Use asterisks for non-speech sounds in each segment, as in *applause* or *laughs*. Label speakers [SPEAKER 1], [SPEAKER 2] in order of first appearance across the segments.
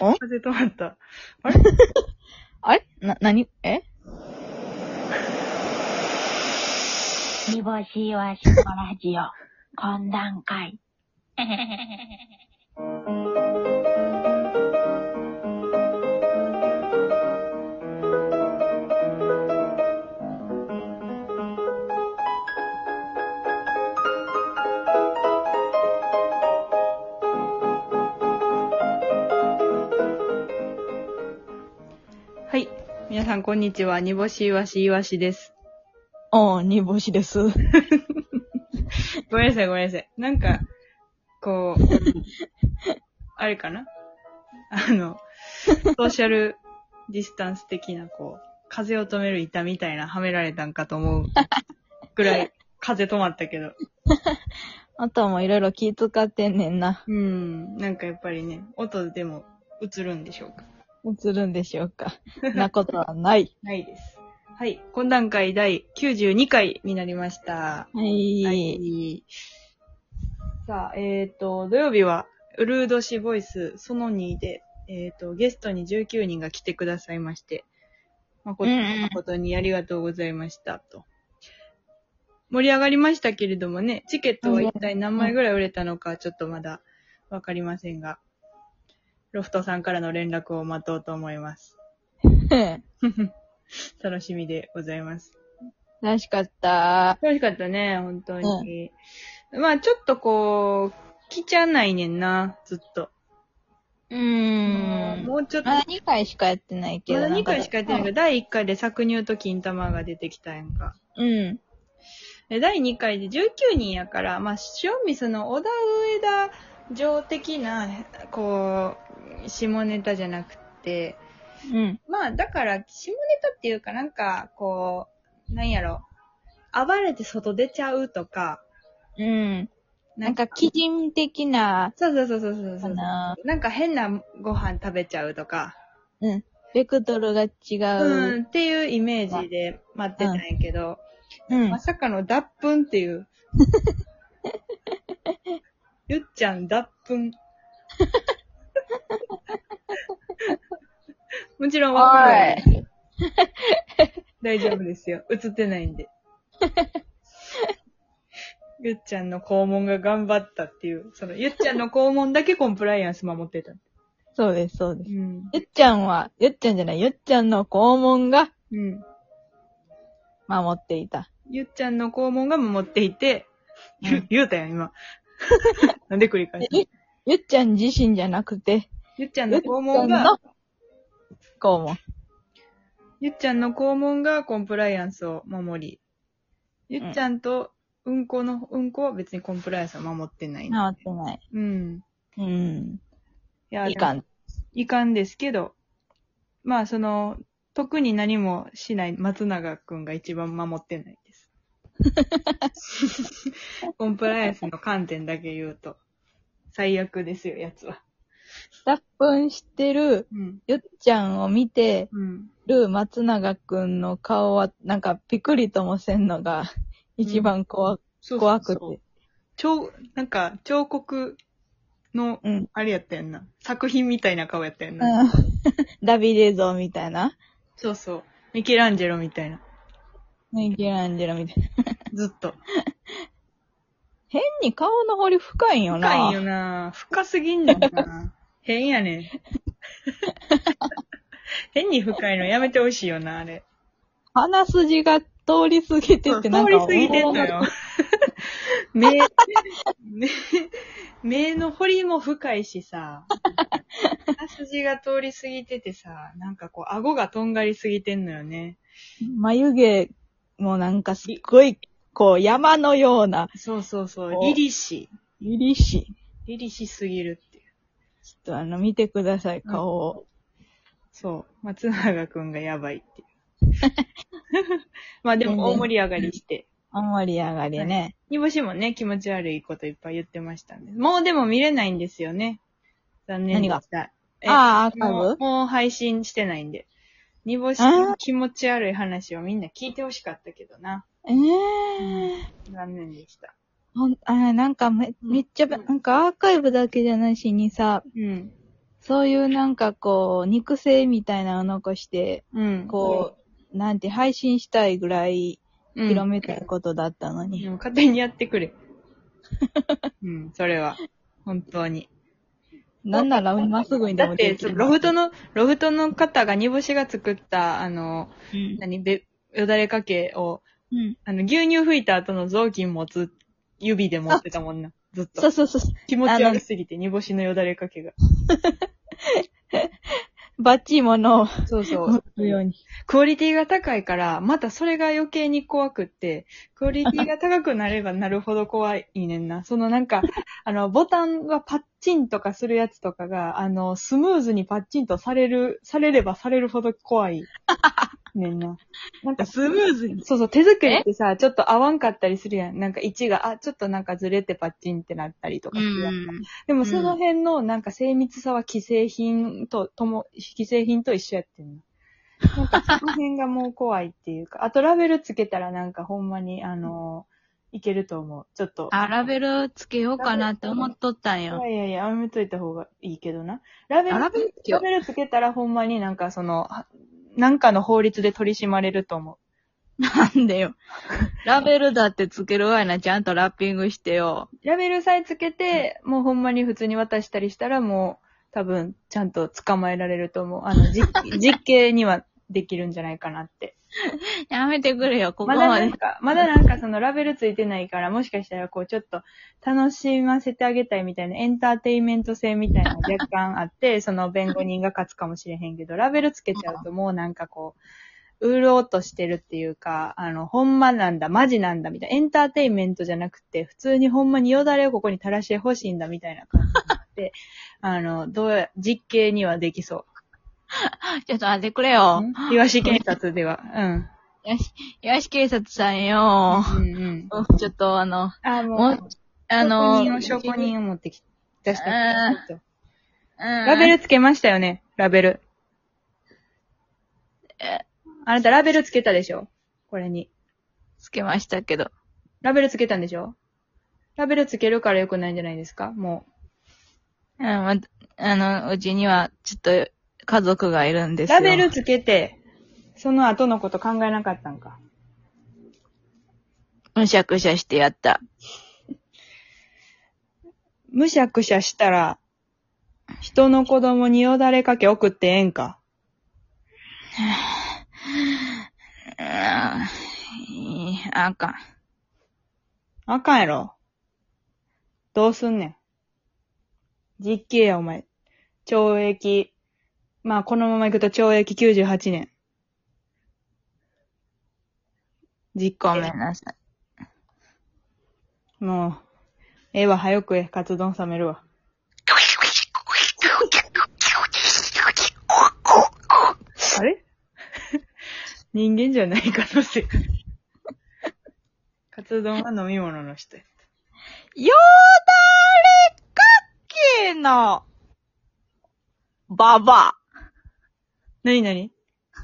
[SPEAKER 1] お
[SPEAKER 2] 風止まった。
[SPEAKER 1] *laughs* あれな、なに、え
[SPEAKER 3] 煮干しわしこラジオ、懇談会。
[SPEAKER 2] はい。皆さん、こんにちは。煮干しいわしいわしです。
[SPEAKER 1] おー、煮干しです。
[SPEAKER 2] *laughs* ごめんなさい、ごめんなさい。なんか、こう、あれかなあの、ソーシャルディスタンス的な、こう、風を止める板みたいなはめられたんかと思うぐらい、風止まったけど。
[SPEAKER 1] あとはもういろいろ気使ってんねんな。
[SPEAKER 2] うん。なんかやっぱりね、音でも映るんでしょうか。
[SPEAKER 1] 映るんでしょうか。
[SPEAKER 2] *laughs*
[SPEAKER 1] なことはない。
[SPEAKER 2] ないです。はい。懇談会第92回になりました。
[SPEAKER 1] はい。
[SPEAKER 2] はい。さあ、えっ、と、土曜日は、うるう年ボイスその2で、えっ、と、ゲストに19人が来てくださいまして、誠,、
[SPEAKER 1] うんうん
[SPEAKER 2] 誠にありがとうございました、と。盛り上がりましたけれどもね、チケットは一体何枚ぐらい売れたのか、ちょっとまだわかりませんが、ロフトさんからの連絡を待とうと思います。楽しみでございます。
[SPEAKER 1] 楽しかった。
[SPEAKER 2] 楽しかったね、本当に。まあ、ちょっとこう、来ちゃないねんな、ずっと。
[SPEAKER 1] うーん。
[SPEAKER 2] もうちょっと、
[SPEAKER 1] ま
[SPEAKER 2] ま
[SPEAKER 1] だ2回しかやってないけど。
[SPEAKER 2] だ2回しかやってないけ
[SPEAKER 1] ど。
[SPEAKER 2] ど、第1回で搾乳と金玉が出てきたやんか。
[SPEAKER 1] うん。
[SPEAKER 2] で、第2回で19人やから、まあ、塩見その小田上田城的な、こう、下ネタじゃなくて、
[SPEAKER 1] うん。
[SPEAKER 2] まあ、だから、下ネタっていうかなんか、こう、なんやろ、暴れて外出ちゃうとか、
[SPEAKER 1] うん。なんか、基人的な、
[SPEAKER 2] そうそうそうそうそうそ
[SPEAKER 1] か
[SPEAKER 2] う。
[SPEAKER 1] な。
[SPEAKER 2] なんか変なご飯食べちゃうとか、
[SPEAKER 1] うん。ベクトルが違
[SPEAKER 2] うん、
[SPEAKER 1] う。
[SPEAKER 2] っていうイメージで待ってたんやけど、
[SPEAKER 1] うん
[SPEAKER 2] ま。さかの脱粉って
[SPEAKER 1] *laughs*
[SPEAKER 2] いう。ゆっちゃん脱
[SPEAKER 1] *laughs*
[SPEAKER 2] 粉。もちろんわからない。大丈夫ですよ。映ってない
[SPEAKER 1] *laughs*
[SPEAKER 2] んで。ゆっちゃんの肛門が頑張ったっていう、そのゆっちゃんの肛門だけコンプライアンス守ってた。
[SPEAKER 1] そうです、そうです。
[SPEAKER 2] ん。
[SPEAKER 1] ゆっちゃんは、ゆっちゃんじゃない、ゆっちゃんの肛門が
[SPEAKER 2] うん。
[SPEAKER 1] 守っていた。
[SPEAKER 2] ゆっちゃんの肛門が守っていて、
[SPEAKER 1] うん
[SPEAKER 2] ゆ言うたやん、今。 *laughs* なんで繰り返す
[SPEAKER 1] ゆゆっちゃん自身じゃなくて、
[SPEAKER 2] ゆっちゃん
[SPEAKER 1] ゆ
[SPEAKER 2] の
[SPEAKER 1] っちゃ
[SPEAKER 2] 肛
[SPEAKER 1] ん
[SPEAKER 2] 門
[SPEAKER 1] の
[SPEAKER 2] が、
[SPEAKER 1] 肛門。
[SPEAKER 2] ゆっちゃんの肛門がコンプライアンスを守り、ゆっちゃんとうんこの、うんこは別にコンプライアンスを守ってない。
[SPEAKER 1] 治ってない。
[SPEAKER 2] うん。
[SPEAKER 1] うん。
[SPEAKER 2] いや
[SPEAKER 1] いか。ん。
[SPEAKER 2] いかんですけど、まあその、特に何もしない松永くんが一番守ってない
[SPEAKER 1] *laughs*
[SPEAKER 2] です。コンプライアンスの観点だけ言うと、最悪ですよ、やつは。
[SPEAKER 1] 脱粉してる、
[SPEAKER 2] うん。
[SPEAKER 1] ゆっちゃんを見て
[SPEAKER 2] うん。
[SPEAKER 1] る松永くんの顔は、なんかピクリともせんのが、一番怖、
[SPEAKER 2] そうそうそう
[SPEAKER 1] 怖くて。
[SPEAKER 2] 彫、なんか、彫刻の、
[SPEAKER 1] うん。
[SPEAKER 2] あれやったやんな。作品みたいな顔やったやんな。
[SPEAKER 1] うん *laughs* ダビデ像みたいな。
[SPEAKER 2] そうそう。ミケランジェロみたいな。
[SPEAKER 1] ミケランジェロみたいな。
[SPEAKER 2] ずっと。
[SPEAKER 1] 変に顔の彫り深いんよな。
[SPEAKER 2] 深いよな深すぎんねん
[SPEAKER 1] *laughs*
[SPEAKER 2] な変やねん。変に深いのやめてほしいよな、あれ。
[SPEAKER 1] 鼻筋が通り過ぎて
[SPEAKER 2] そ
[SPEAKER 1] っ
[SPEAKER 2] う
[SPEAKER 1] て
[SPEAKER 2] 通
[SPEAKER 1] なんか
[SPEAKER 2] り過ぎてんのよ。 *laughs* 目、目、目の彫りも深いしさ。鼻筋が通り過ぎててさ、なんかこう、顎がとんがりすぎてんのよね。
[SPEAKER 1] 眉毛もなんかすっごい、こう山のような、
[SPEAKER 2] そうそうそう
[SPEAKER 1] こ。う
[SPEAKER 2] リリシ。
[SPEAKER 1] 凛々しい。
[SPEAKER 2] リリシすぎるっていう。
[SPEAKER 1] ちょっとあの、見てください、顔を。
[SPEAKER 2] そう。松永くんがやばいっていう。
[SPEAKER 1] *laughs*
[SPEAKER 2] まあで
[SPEAKER 1] 全
[SPEAKER 2] も
[SPEAKER 1] 然
[SPEAKER 2] 大盛り上がりして。
[SPEAKER 1] あんまり上がりね。
[SPEAKER 2] 煮干しもね、気持ち悪いこといっぱい言ってましたんで。もうでも見れないんですよね。残念でした。え
[SPEAKER 1] ああ、アーカイ
[SPEAKER 2] もう
[SPEAKER 1] ブ
[SPEAKER 2] もう配信してないんで。煮干しの気持ち悪い話をみんな聞いてほしかったけどな。
[SPEAKER 1] ええ
[SPEAKER 2] 残念でした。
[SPEAKER 1] ほん、あれ、なんかめ、めっちゃ、
[SPEAKER 2] うん
[SPEAKER 1] なんかアーカイブだけじゃないしにさ、
[SPEAKER 2] うん。
[SPEAKER 1] そういうなんかこう、肉声みたいなのを残して、
[SPEAKER 2] うん。
[SPEAKER 1] こう、なんて配信したいぐらい
[SPEAKER 2] うん、
[SPEAKER 1] 広めたいことだったのに。
[SPEAKER 2] もう勝手にやってくれ。うん、それは。本当に。
[SPEAKER 1] なんなら今すぐにで
[SPEAKER 2] だ
[SPEAKER 1] も
[SPEAKER 2] っ
[SPEAKER 1] で
[SPEAKER 2] て、
[SPEAKER 1] きる
[SPEAKER 2] ロフトの、ロフトの方が煮干しが作った、あの、
[SPEAKER 1] うん
[SPEAKER 2] 何、べ、よだれかけを、
[SPEAKER 1] うん。
[SPEAKER 2] あの、牛乳拭いた後の雑巾持つ、指で持ってたもんな。ずっと。
[SPEAKER 1] そうそうそう。
[SPEAKER 2] 気持ち悪すぎて、煮干しのよだれかけが。
[SPEAKER 1] バッチリものを
[SPEAKER 2] そうそ
[SPEAKER 1] 持つように。
[SPEAKER 2] クオリティが高いから、またそれが余計に怖くって、クオリティが高くなればなるほど怖いねんな。そ *laughs* のなんか、あの、ボタンがパッチンとかするやつとかが、あの、スムーズにパッチンとされる、されればされるほど怖いねん
[SPEAKER 1] *laughs*
[SPEAKER 2] な。なんか、
[SPEAKER 1] スムーズに。
[SPEAKER 2] そうそう、手作りってさ、ちょっと合わんかったりするやん。なんか位置が、あ、ちょっとなんかずれてパッチンってなったりとかするやんでもその辺のなんか精密さは既製品と、とも、既製品と一緒やってんの。なんかその辺がもう怖いっていうか、あとラベルつけたらなんかほんまにあのいけると思う。ちょっと。
[SPEAKER 1] あ、ラベルつけようかなって思っとったん
[SPEAKER 2] い
[SPEAKER 1] よ
[SPEAKER 2] や。いやいや、やめといた方がいいけどな。ラベル、
[SPEAKER 1] あラベルつけよ
[SPEAKER 2] ラ
[SPEAKER 1] う
[SPEAKER 2] ベルつけたらほんまになんかその、はなんかの法律で取り締まれると思
[SPEAKER 1] なんでよ。ラベルだってつけるわいな、ちゃんとラッピングしてよ。
[SPEAKER 2] う。ラベルさえつけて、もうほんまに普通に渡したりしたらもう多分ちゃんと捕まえられると思う。あの、実 *laughs* 実刑にはできるんじゃないかなって。
[SPEAKER 1] やめてくれよ、ここ
[SPEAKER 2] まだ
[SPEAKER 1] ま
[SPEAKER 2] な
[SPEAKER 1] で
[SPEAKER 2] ん。か、まだなんかそのラベルついてないから、もしかしたらこうちょっと楽しませてあげたいみたいなエンターテインメント性みたいなの若干あって、その弁護人が勝つかもしれへんけど、ラベルつけちゃうともうなんかこう、うろうとしてるっていうか、あの、ほんまなんだ、マジなんだ、みたいな。エンターテインメントじゃなくて、普通にほんまによだれをここに垂らしてほしいんだ、みたいな感じになって、 *laughs* あの、どうや、実刑にはできそ
[SPEAKER 1] ちょっと待ってくれ *laughs*
[SPEAKER 2] う。
[SPEAKER 1] よ。
[SPEAKER 2] ん岩市検察では。うん。
[SPEAKER 1] よし、よし警察さんよ。
[SPEAKER 2] うんうん。
[SPEAKER 1] ちょっとあの、
[SPEAKER 2] あ、も
[SPEAKER 1] もう、あの、
[SPEAKER 2] 証拠人を持ってき、出して
[SPEAKER 1] あ
[SPEAKER 2] きた。ラ
[SPEAKER 1] ラ
[SPEAKER 2] ベルつけましたよね、ラベル。
[SPEAKER 1] え
[SPEAKER 2] あなたラベルつけたでしょこれに。
[SPEAKER 1] つけましたけど。
[SPEAKER 2] ラベルつけたんでしょラベルつけるから良くないんじゃないですかも
[SPEAKER 1] うん、ま、あの、うちには、ちょっと、家族がいるんで
[SPEAKER 2] う。
[SPEAKER 1] すよ。
[SPEAKER 2] ラベルつけて、その後のこと考えなかったんか。
[SPEAKER 1] むしゃくしゃしてやった。
[SPEAKER 2] むしゃくしゃしたら、人の子供によだれかけ送ってええんか。
[SPEAKER 1] うん、いいあかん。
[SPEAKER 2] あかんやろ。どうすんねん。実刑や、お前。懲役。まあ、このまま行くと懲役98年。実
[SPEAKER 1] ご
[SPEAKER 2] 刑
[SPEAKER 1] めんなさい。
[SPEAKER 2] もう、ええわ、早くええ、カツ丼冷めるわ。あれ *laughs* 人間じゃない可能性。カツ丼は飲み物の人や。
[SPEAKER 1] よだれかけの、ばば。
[SPEAKER 2] なになに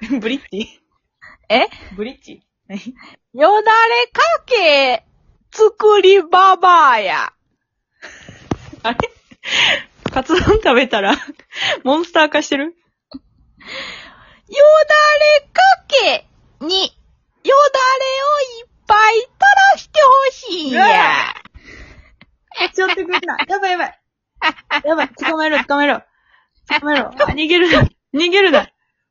[SPEAKER 2] *laughs* ブリッジ
[SPEAKER 1] え
[SPEAKER 2] ブリッジ何
[SPEAKER 1] よだれかけ、作りばばあや。
[SPEAKER 2] あれカツ丼食べたら、 *laughs* モンスター化してる
[SPEAKER 1] よだれかけに、よだれをいっぱい垂らしてほしいん
[SPEAKER 2] うわ
[SPEAKER 1] や。
[SPEAKER 2] ちょってくんな。やばいやばい。やばい、捕まえろ、捕まえろ。捕まえろ。 *laughs* 逃げるな。逃げるな。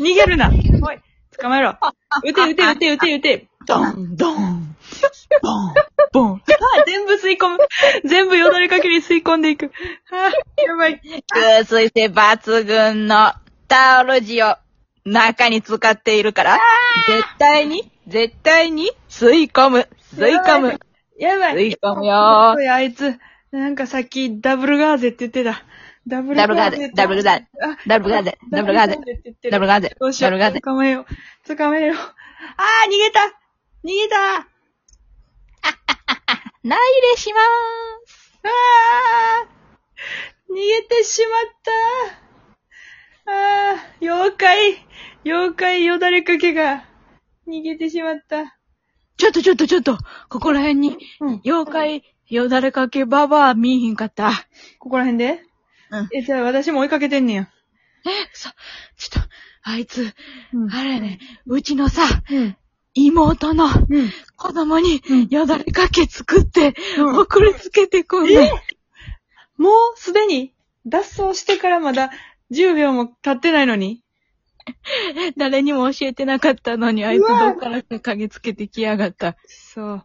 [SPEAKER 2] 逃げるな。おい、捕まえろ。撃て撃て撃て撃て撃て。ドン、ドン。ボン、ボン。 *laughs* あ全部吸い込む。全部よだれかけに吸い込んでいく。あやばい。
[SPEAKER 1] 吸水性抜群のタオル地を中に使っているから、絶対に、絶対に吸い込む、吸い込む、
[SPEAKER 2] やばい。
[SPEAKER 1] 吸い込む
[SPEAKER 2] お
[SPEAKER 1] よ
[SPEAKER 2] い、あいつ、なんかさっきダブルガーゼって言ってた。ダブ
[SPEAKER 1] ダブルガーゼ、ダブルガーゼ、
[SPEAKER 2] あ
[SPEAKER 1] ダブルガーゼ、ダブルガーゼ、
[SPEAKER 2] って言ってる
[SPEAKER 1] ダブルガーゼ
[SPEAKER 2] どう、しよ
[SPEAKER 1] ダブルガー
[SPEAKER 2] う。
[SPEAKER 1] ゼ。
[SPEAKER 2] 捕まえよう。捕まえよう。あー、逃げた逃げたあ
[SPEAKER 1] 内入れしまーす。
[SPEAKER 2] ー逃げてしまったあー、妖怪妖怪よだれかけが逃げてしまった。
[SPEAKER 1] ちょっとちょっとちょっと、ここら辺に、
[SPEAKER 2] うん。
[SPEAKER 1] 妖怪、よだれかけばばあ見えへんかった。
[SPEAKER 2] ここら辺で
[SPEAKER 1] うん
[SPEAKER 2] え、じゃあ私も追いかけてんねや。
[SPEAKER 1] そう、ちょっと、あいつ、
[SPEAKER 2] うん
[SPEAKER 1] あれやね、うちのさ、
[SPEAKER 2] うん。
[SPEAKER 1] 妹の
[SPEAKER 2] うん。
[SPEAKER 1] 子供に
[SPEAKER 2] うん
[SPEAKER 1] よだれかけ作って、送りつけてくんの。
[SPEAKER 2] えもうすでに脱走してからまだ10秒も経ってないのに。
[SPEAKER 1] 誰にも教えてなかったのに、あいつ
[SPEAKER 2] うわ
[SPEAKER 1] どっからか嗅ぎつけてきやがった。
[SPEAKER 2] そう。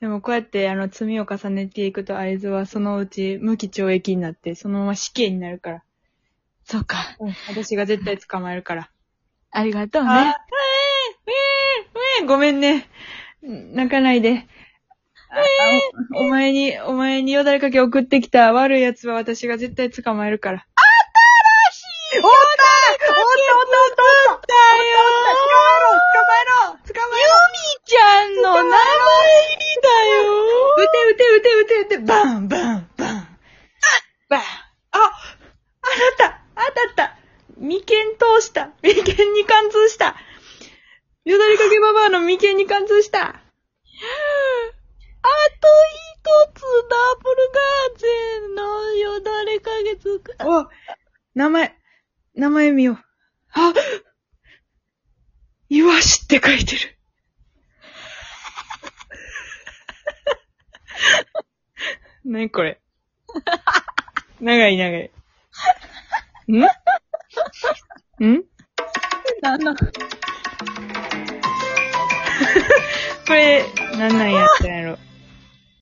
[SPEAKER 2] でもこうやってあの罪を重ねていくと合図はそのうち無期懲役になってそのまま死刑になるから。
[SPEAKER 1] そうか。
[SPEAKER 2] うん。私が絶対捕まえるから。
[SPEAKER 1] ありがとう
[SPEAKER 2] あ、ええ、え
[SPEAKER 1] ね。
[SPEAKER 2] え、ええ、ごめんね。泣かないで。あ *laughs* おお前に、お前によだれかけ送ってきた悪い奴は私が絶対捕まえるから。新しいおったおったおったおったおったよ捕まえろ捕まえろ捕まえろ
[SPEAKER 1] ちゃんの名前入り
[SPEAKER 2] 撃て撃て撃て撃て撃てバンバンバンバンああなたあなた眉間通した眉間に貫通したよだれかけババアの眉間に貫通した
[SPEAKER 1] あと一つダブルガーゼンのよだれかけつく。
[SPEAKER 2] お名前、名前見よう。あイワシって書いてる。 *laughs* 何これ。長い長い。んん
[SPEAKER 1] な
[SPEAKER 2] *laughs*
[SPEAKER 1] んの
[SPEAKER 2] これ、なんなんやったんやろ。